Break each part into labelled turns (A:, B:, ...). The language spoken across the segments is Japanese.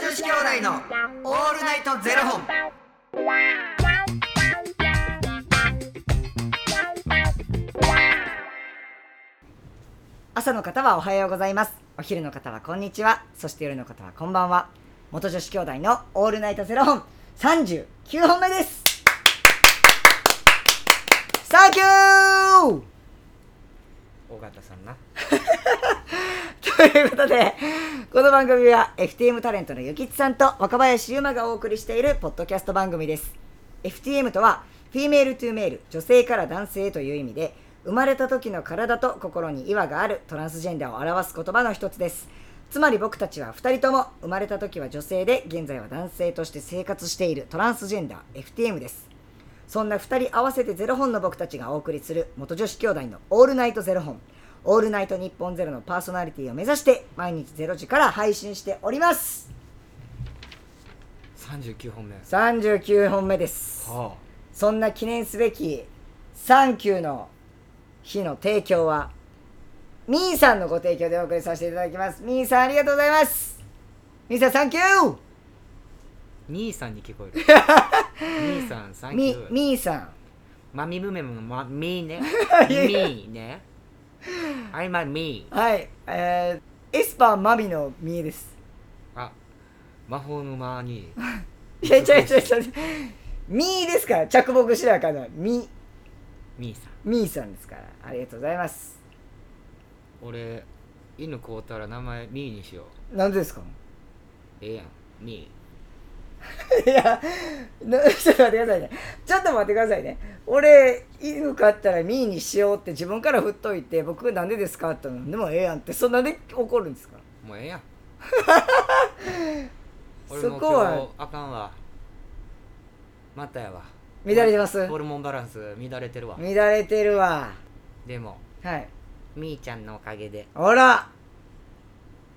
A: 子兄弟のオールナイトゼロ本。
B: 朝の方はおはようございますお昼の方はこんにちはそして夜の方はこんばんは元女子兄弟のオールナイトゼロ本39本目ですサンキュ
A: 尾形さんな。
B: ーということでこの番組は FTM タレントのゆきちさんと若林優馬がお送りしているポッドキャスト番組です FTM とはフィメールトゥーメール女性から男性へという意味で生まれた時の体と心に違和があるトランスジェンダーを表す言葉の一つですつまり僕たちは2人とも生まれた時は女性で現在は男性として生活しているトランスジェンダー FTM ですそんな2人合わせてゼロ本の僕たちがお送りする元女子兄弟のオールナイトゼロ本オールナイト日本ゼロのパーソナリティを目指して毎日ゼロ時から配信しております
A: 三十九本目。は
B: 39本目です
A: あ。
B: そんな記念すべき「サンキュー」の日の提供はみーさんのご提供でお送りさせていただきますみーさんありがとうございますみーさんサンキュー
A: 兄さんに聞 こえる。兄さん、サンキ
B: み
A: ュー。
B: みーさん
A: マミブメムのマミーね。
B: いやいや
A: ミーね。I'm a me。
B: はいえー、エスパーマビのみーです
A: あ、魔法の間に。
B: いや違う違う違うみーですから着目しなあかんのはみ
A: ミーさん。
B: みーさんですからありがとうございます
A: 俺、犬買うたら名前ミーにしよう。
B: なんでですか
A: ええやん。ミ
B: いやな ちょっと待ってくださいねちょっと待ってくださいね俺犬飼ったらミーにしようって自分から振っといて僕なんでですかって言ったのでもええやんってそんなんで怒るんですか
A: ー。もうえ えやん。俺
B: そ
A: もう
B: こは
A: 今日あかんわ。またやわ。
B: 乱れてます
A: ホルモンバランス乱れてるわ。
B: 乱れてるわ
A: でも、
B: はい
A: みーちゃんのおかげで
B: ほら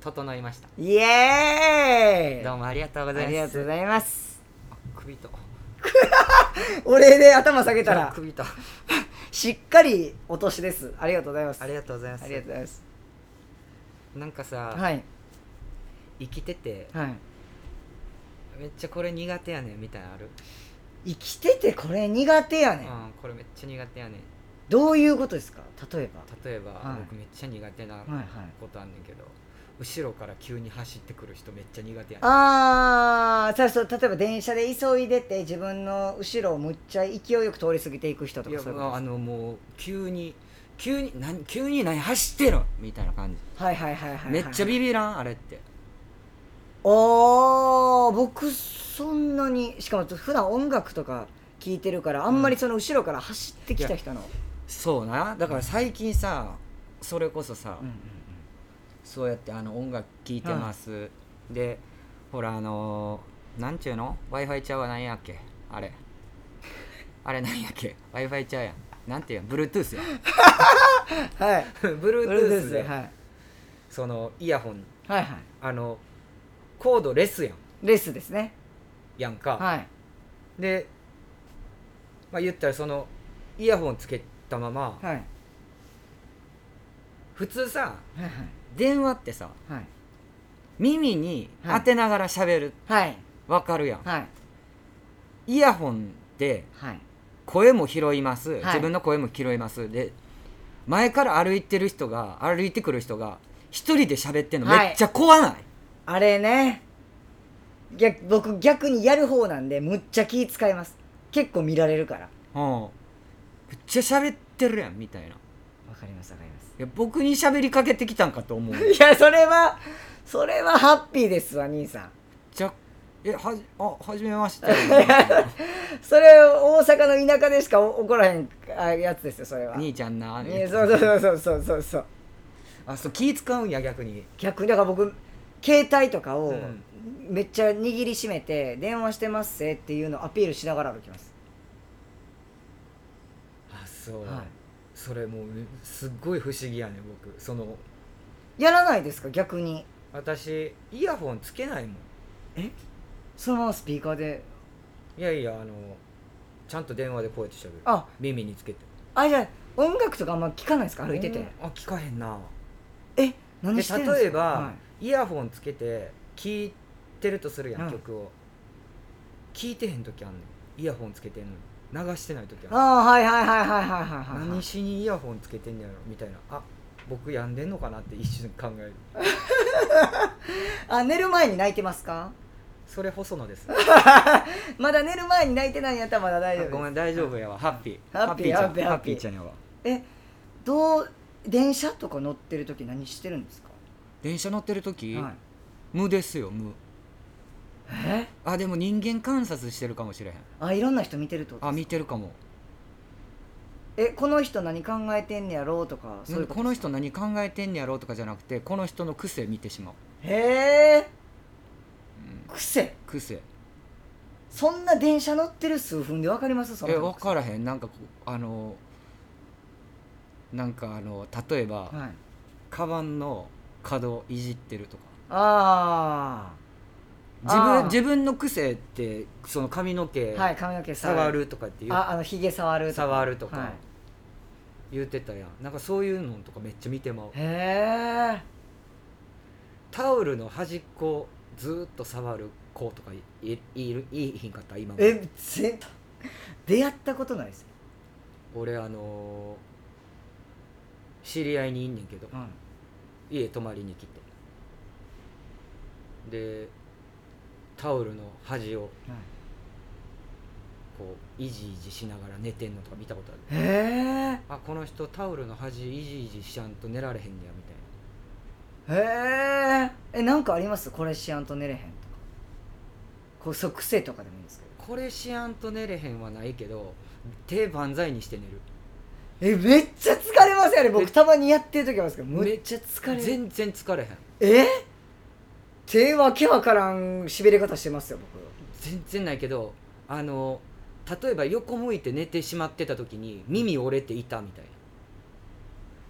A: 整いました。
B: イエーイ
A: どうもありがとうござい
B: あ
A: ます。
B: りがとうございます
A: あ首と。
B: 俺で頭下げたら
A: 首と。
B: しっかりお年ですありがとうございます
A: ありがとうございます。
B: ありがとうございます
A: なんかさ、
B: はい
A: 生きてて、
B: はい
A: めっちゃこれ苦手やねんみたいなのある、
B: 生きててこれ苦手やねん
A: うん、これめっちゃ苦手やねん。
B: どういうことですか例えば
A: 例えば、
B: はい
A: 僕めっちゃ苦手な
B: はいはい
A: ことあんねんけど、後ろから急に走ってくる人めっちゃ苦手やねん。
B: あーさあそう例えば電車で急いでて自分の後ろをむっちゃ勢いよく通り過ぎていく人と
A: い
B: か
A: や
B: そういう
A: もう
B: こ
A: あのもう急に急に何急に何走ってるみたいな感じ、
B: とはいはいはいはいはい
A: めっちゃビビらんあれって
B: あー僕そんなにしかも普段音楽とか聞いてるからあんまりその後ろから走ってきた人の、
A: そうなだから最近さそれこそさ、
B: うんうん
A: そうやってあの音楽聴いてます、でほらあのー、なんちゅうの w i f i ちゃうは何やっけあれあれ何やっけ w i f i ちゃうやんなんていうの Bluetooth や
B: うんはい
A: Bluetooth
B: で、
A: で、
B: はい、はい
A: そのイヤホン
B: はい
A: あのコードレスやん
B: レースですね
A: やんか、
B: はい
A: でまあ言ったらそのイヤホンつけたまま、
B: はいはい
A: 普通さ
B: はい
A: 電話ってさ
B: はい
A: 耳に当てながら喋る、
B: はい
A: わかるやん、
B: はい
A: イヤホンで
B: はい
A: 声も拾います、
B: い
A: 自分の声も拾いますで前から歩いてる人が歩いてくる人が一人で喋ってんの
B: はい
A: めっちゃ怖ない、
B: あれね逆僕逆にやる方なんでむっちゃ気使います結構見られるから
A: うんめっちゃ喋ってるやんみたいない
B: わかりますわかります
A: や僕に喋りかけてきたんかと思う
B: いやそれはそれはハッピーですわ兄さん
A: じゃえはじあはじめまして
B: それ大阪の田舎でしかお怒らへんあやつですよそれは
A: 兄ちゃんな
B: ねそうそうそうそうそうそう
A: あそう気使うんや逆に
B: 逆にだから僕携帯とか
A: う
B: を
A: ん
B: めっちゃ握りしめて「電話してますぜ」っていうのをアピールしながら歩きます、
A: あそう、
B: は
A: それもうすっごい不思議やね僕その
B: い、やらないですか逆に
A: 私イヤホンつけないもん
B: そのままスピーカーで
A: いやいやあのちゃんと電話でこうやって喋る
B: あ
A: 耳につけて
B: あじゃあ音楽とかあんま聞かないですか歩いてて、
A: うんあ聞かへんな
B: え何してるんですか
A: で例えば、
B: は
A: イヤホンつけて聞いってるとするやん、
B: うん
A: 曲を聞いてへん時あんねんイヤホンつけてんのに流してない時あんねん
B: ああはいはいはいはいはいはいはい
A: 何しにイヤホンつけてんねやろみたいなあ僕病んでんのかなって一瞬考える
B: あ寝る前に泣いてますか
A: それ細野です
B: まだ寝る前に泣いてないんやったらまだ大丈夫
A: あごめ
B: ん
A: ん大丈夫やわハッピー
B: ハッピー
A: ちゃん
B: ハッピー
A: ハ
B: ハ
A: ッ
B: ッ
A: ピ
B: ピー
A: ーちゃんやわ
B: えどう電車とか乗ってる時何してるんですか、
A: 電車乗ってる時、
B: はい、
A: 無ですよ無
B: え
A: あでも人間観察してるかもしれへん
B: あいろんな人見てるってこと
A: あ見てるかも
B: えこの人何考えてんねやろうとかそういう
A: こ
B: こと
A: の人何考えてんねやろうとかじゃなくてこの人の癖見てしまう、
B: へえ
A: うん
B: 癖
A: 癖
B: そんな電車乗ってる数分で分かりますその
A: え
B: 人の
A: 分からへんなんかこうあのなんかあの例えば、
B: 癖はい、
A: カバンの角いじってるとか
B: あ
A: 自
B: あ
A: 分
B: ー
A: 自分の癖ってその髪の毛
B: あはい髪の毛
A: 触るとかっていう、
B: ああのひげ触るとか
A: 触るとか、
B: はい
A: 言ってたやんなんかそういうのとかめっちゃ見てまう
B: へえ
A: タオルの端っこずーっと触る子とかいいいるいいひんかった今まで
B: え全出会ったことないですよ、
A: 俺あのー知り合いにいんねんけど
B: うん
A: 家泊まりに来てでタオルの端をこういじいじしながら寝てんのとか見たことある
B: へ
A: あこの人タオルの端いじいじしちゃんと寝られへんねやみたいな
B: えへえなんかありますこれしやんと寝れへんとかこうそう癖とかでもいいんですけど
A: これしやんと寝れへんはないけど手万歳にして寝る
B: えめっちゃ疲れますよね
A: え
B: 僕たまにやってる時ありますけど
A: め
B: む
A: っ
B: っちゃ疲れる
A: 全然疲れへん
B: え手わけわからんしびれ方してますよ僕
A: 全然ないけどあの例えば横向いて寝てしまってた時に耳折れていたみたいな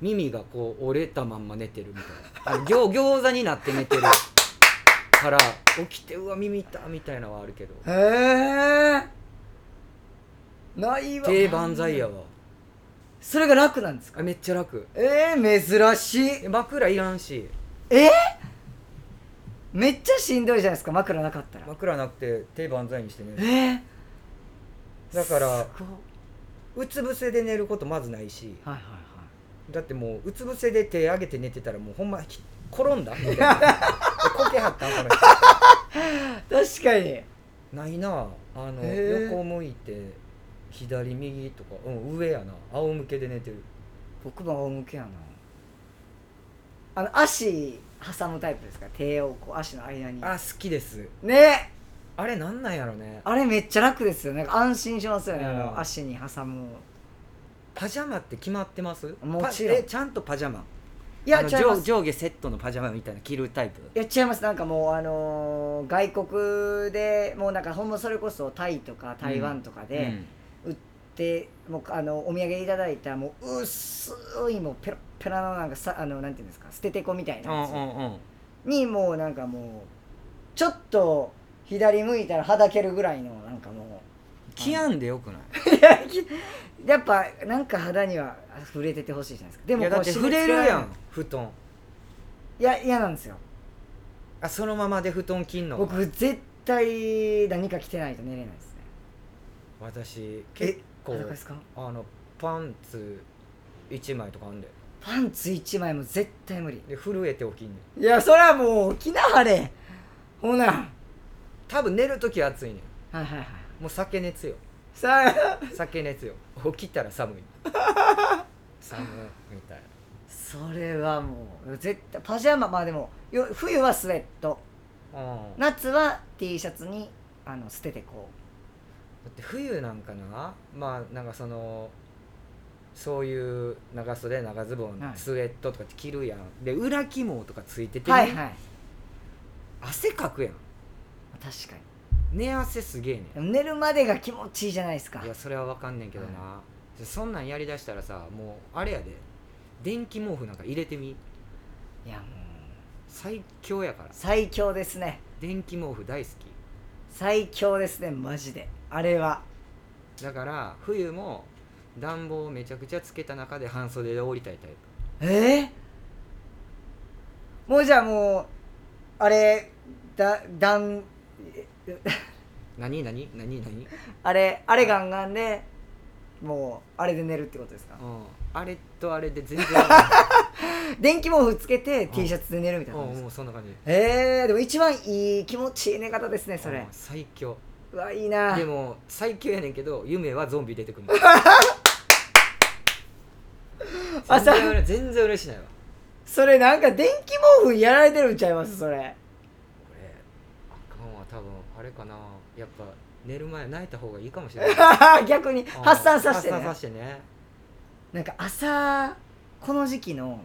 A: 耳がこう折れたまんま寝てるみたいなあ餃餃子になって寝てるから起きてうわ耳痛みたいなのはあるけど
B: へえないわ
A: 手万歳やわ
B: それが楽なんです
A: あ
B: か
A: めっちゃ楽
B: えー、珍しい
A: 枕いらんし
B: めっちゃしんどいじゃないですか枕なかったら
A: 枕なくて手万歳にして寝
B: え
A: る
B: ー、
A: だから
B: すごいう
A: つ伏せで寝ることまずないし
B: はいはいはい
A: だってもううつ伏せで手上げて寝てたらもうほんまひ転んだみたいなこけはったんこの人
B: 確かに
A: ないなああの、
B: へー
A: 横向いて左右とか、うん、上やな仰向けで寝てる
B: 僕も仰向けやなあの足挟むタイプですか手をこう足の間に
A: あ好きです
B: ね
A: あれなんなんやろね
B: あれめっちゃ楽ですよね安心しますよね、あ
A: うん
B: の足に挟む
A: パジャマって決まってます
B: もち
A: パ
B: ろん
A: えちゃんとパジャマ
B: い
A: い
B: や違いま
A: 上
B: すい
A: 上下セットのパジャマみたいな着るタイプ
B: や違いますなんかもうあのー外国でもうなんかほんまそれこそタイとか台湾とかで、
A: うん
B: でもうあのお土産いただいたもう薄いもうペラペラのなんかさあのなんていうんですか捨ててこみたいな
A: うん
B: やつ
A: うんうん
B: にもうなんかもうちょっと左向いたらはだけるぐらいのなんかも
A: 着やんでよくないう
B: いやきやっぱなんか肌には触れててほしいじゃないですかで
A: い
B: も
A: やだって
B: こう
A: 触れるや
B: 締
A: ん布団
B: め付けられないいや嫌なんですよ
A: あそのままで布団着んの
B: 僕絶対何か着てないと寝れないですね
A: 私結構
B: 裸ですか
A: あのパンツ1枚とかあんで
B: パンツ一枚も絶対無理
A: で震えて起きんねん
B: いやそれはもう着なはれほなはい
A: 多分寝る時暑いねん
B: はいはい
A: もう酒熱よ
B: さあ
A: 酒熱よ起きたら寒い 寒いみたい
B: それはもう絶対パジャマまあでもよ冬はスウェット
A: な、うん、だ
B: 夏は T シャツにあの捨ててこ
A: って冬なんかなまあなんかそのそういう長袖長ズボン、
B: はい
A: スウェットとかって着るやんで裏起毛とかついて
B: う
A: てね、
B: はいはい
A: 汗かくやん
B: 確か
A: 寝汗すげえね
B: にでも寝るまでが気持ちいいじゃないですか
A: んいやそれはわかんねんけどな、そんなんやりだしたらさもうあれやで電気毛布なんか入れてみ
B: いやもう
A: 最強やから
B: 最強ですね
A: 電気毛布大好き
B: 最強ですねマジであれは
A: だから冬も暖房をめちゃくちゃつけた中で半袖で降りたいタイ
B: えー、もうじゃあもうあれだだん
A: 何何何何
B: あれあれガンガンでもうあれで寝るってことですか
A: うんあれとあれで全然合わない
B: 電気毛布つけて
A: ん
B: T シャツで寝るみ たいな感
A: う
B: じ
A: ん
B: で
A: う
B: す
A: んそんな感じ
B: かえー、でも一番いい気持ちいい寝方ですねそれ
A: うん最強
B: うわいいな
A: でも最強やねんけど夢はゾンビ出てくる全
B: 朝
A: 然うれ全然嬉しないわ
B: それなんか電気毛布やられてるんちゃいますそれ
A: 俺あかんわ多分あれかなやっぱ寝る前泣いた方がいいかもし れない
B: 逆に
A: うん
B: 発散させて
A: 発
B: ね
A: 散させてね
B: なんか朝この時期の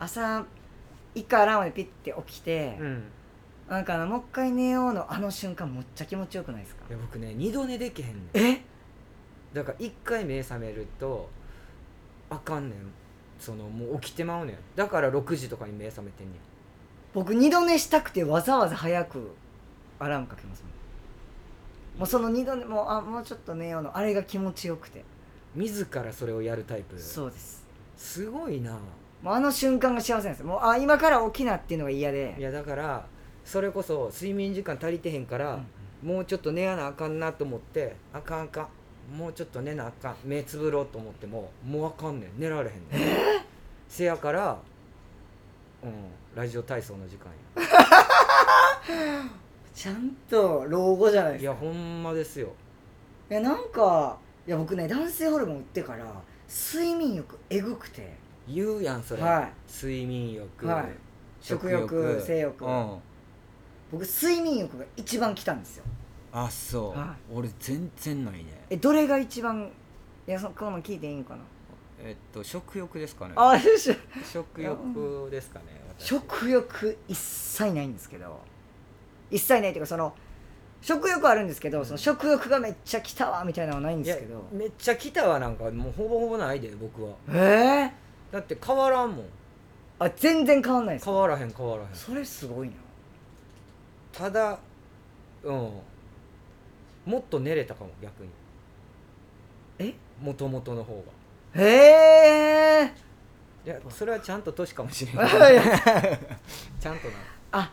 B: 朝一回アラームでピッて起きて、
A: うん
B: なんかあのもう一回寝ようのあの瞬間むっちゃ気持ちよくないですか
A: いや僕ね二度寝できへんねん
B: え
A: だから一回目覚めるとあかんねんそのもう起きてまうねんだから6時とかに目覚めてんねん
B: 僕二度寝したくてわざわざ早くアラームかけますもんもうその二度寝もうあもうちょっと寝ようのあれが気持ちよくて
A: 自らそれをやるタイプ
B: そうです
A: すごいな
B: もうあの瞬間が幸せなんですもうあ今から起きなっていうのが嫌で
A: いやだからそれこそ睡眠時間足りてへんから、もうちょっと寝やなあかんなと思ってあかんあかんもうちょっと寝なあかん目つぶろうと思ってももうあかんねん寝られへんねん、せやからうんラジオ体操の時間や
B: ちゃんと老後じゃないで
A: い
B: すか
A: やほんまですよ
B: いやなんかいや僕ね男性ホルモン打ってから睡眠欲えぐくて
A: 言うやんそれ、
B: は
A: 睡眠欲、
B: はい食欲性欲
A: うん
B: 僕睡眠欲が一番来たんですよ
A: あそう、
B: は
A: 俺全然ないね
B: えどれが一番いやそこの聞いていいんかな
A: えっと食欲ですかね
B: あよし
A: 食欲ですかね私
B: 食欲一切ないんですけど一切ないっていうかその食欲はあるんですけど、その食欲がめっちゃ来たわみたいなのはないん
A: い
B: で
A: や
B: すけど
A: めっちゃ来たわなんかもうほぼほぼないで僕は
B: えー、
A: だって変わらんもん
B: あ全然変わんないです
A: 変わらへん変わらへん
B: それすごいな
A: ただうんもっと寝れたかも逆に
B: え
A: もともとの方が
B: へえ
A: いやそれはちゃんと年かもし れない
B: ーいや、
A: ちゃんと
B: あ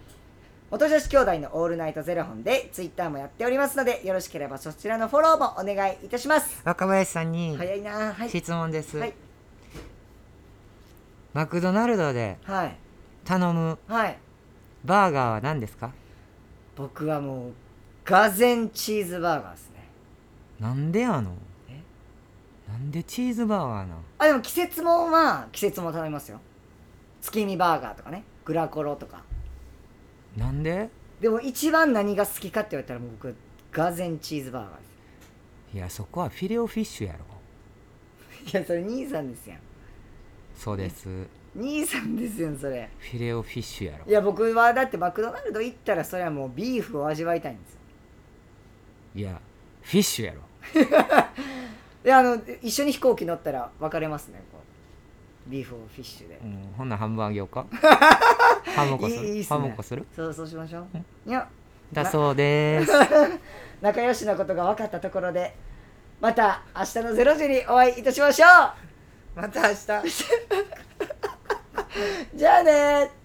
B: 元女子兄弟のオールナイトゼロ本でツイッターもやっておりますのでよろしければそちらのフォローもお願いいたします
A: 若林さんに
B: 早いなはい
A: 質問です、
B: はい
A: マクドナルドで
B: はい
A: 頼む
B: はい
A: バーガーは何ですか
B: 僕はもうがぜんチーズバーガーですね
A: なんでやの
B: え
A: なんでチーズバーガーな
B: あでも季節もんは季節もん頼みますよ月見バーガーとかねグラコロとか
A: なんで
B: でも一番何が好きかって言われたらもう僕がぜんチーズバーガー
A: いやそこはフィレオフィッシュやろ
B: ですいやそれ兄さんですやん
A: そうです
B: 兄さんですよそれ
A: フィレオフィッシュやろ
B: いや僕はだってマクドナルド行ったらそれはもうビーフを味わいたいんですよ
A: いやフィッシュやろ
B: であの一緒に飛行機乗ったら別れますねこうビーフをフィッシュで
A: うん、ほんなハンバーグよ うかハモコする
B: いいいいっす
A: ハ
B: ね
A: モコする
B: そうそうしましょういや
A: だそうです
B: 仲良しのことが分かったところでまた明日の0時にお会いいたしましょ
A: また明 日
B: うじゃあねー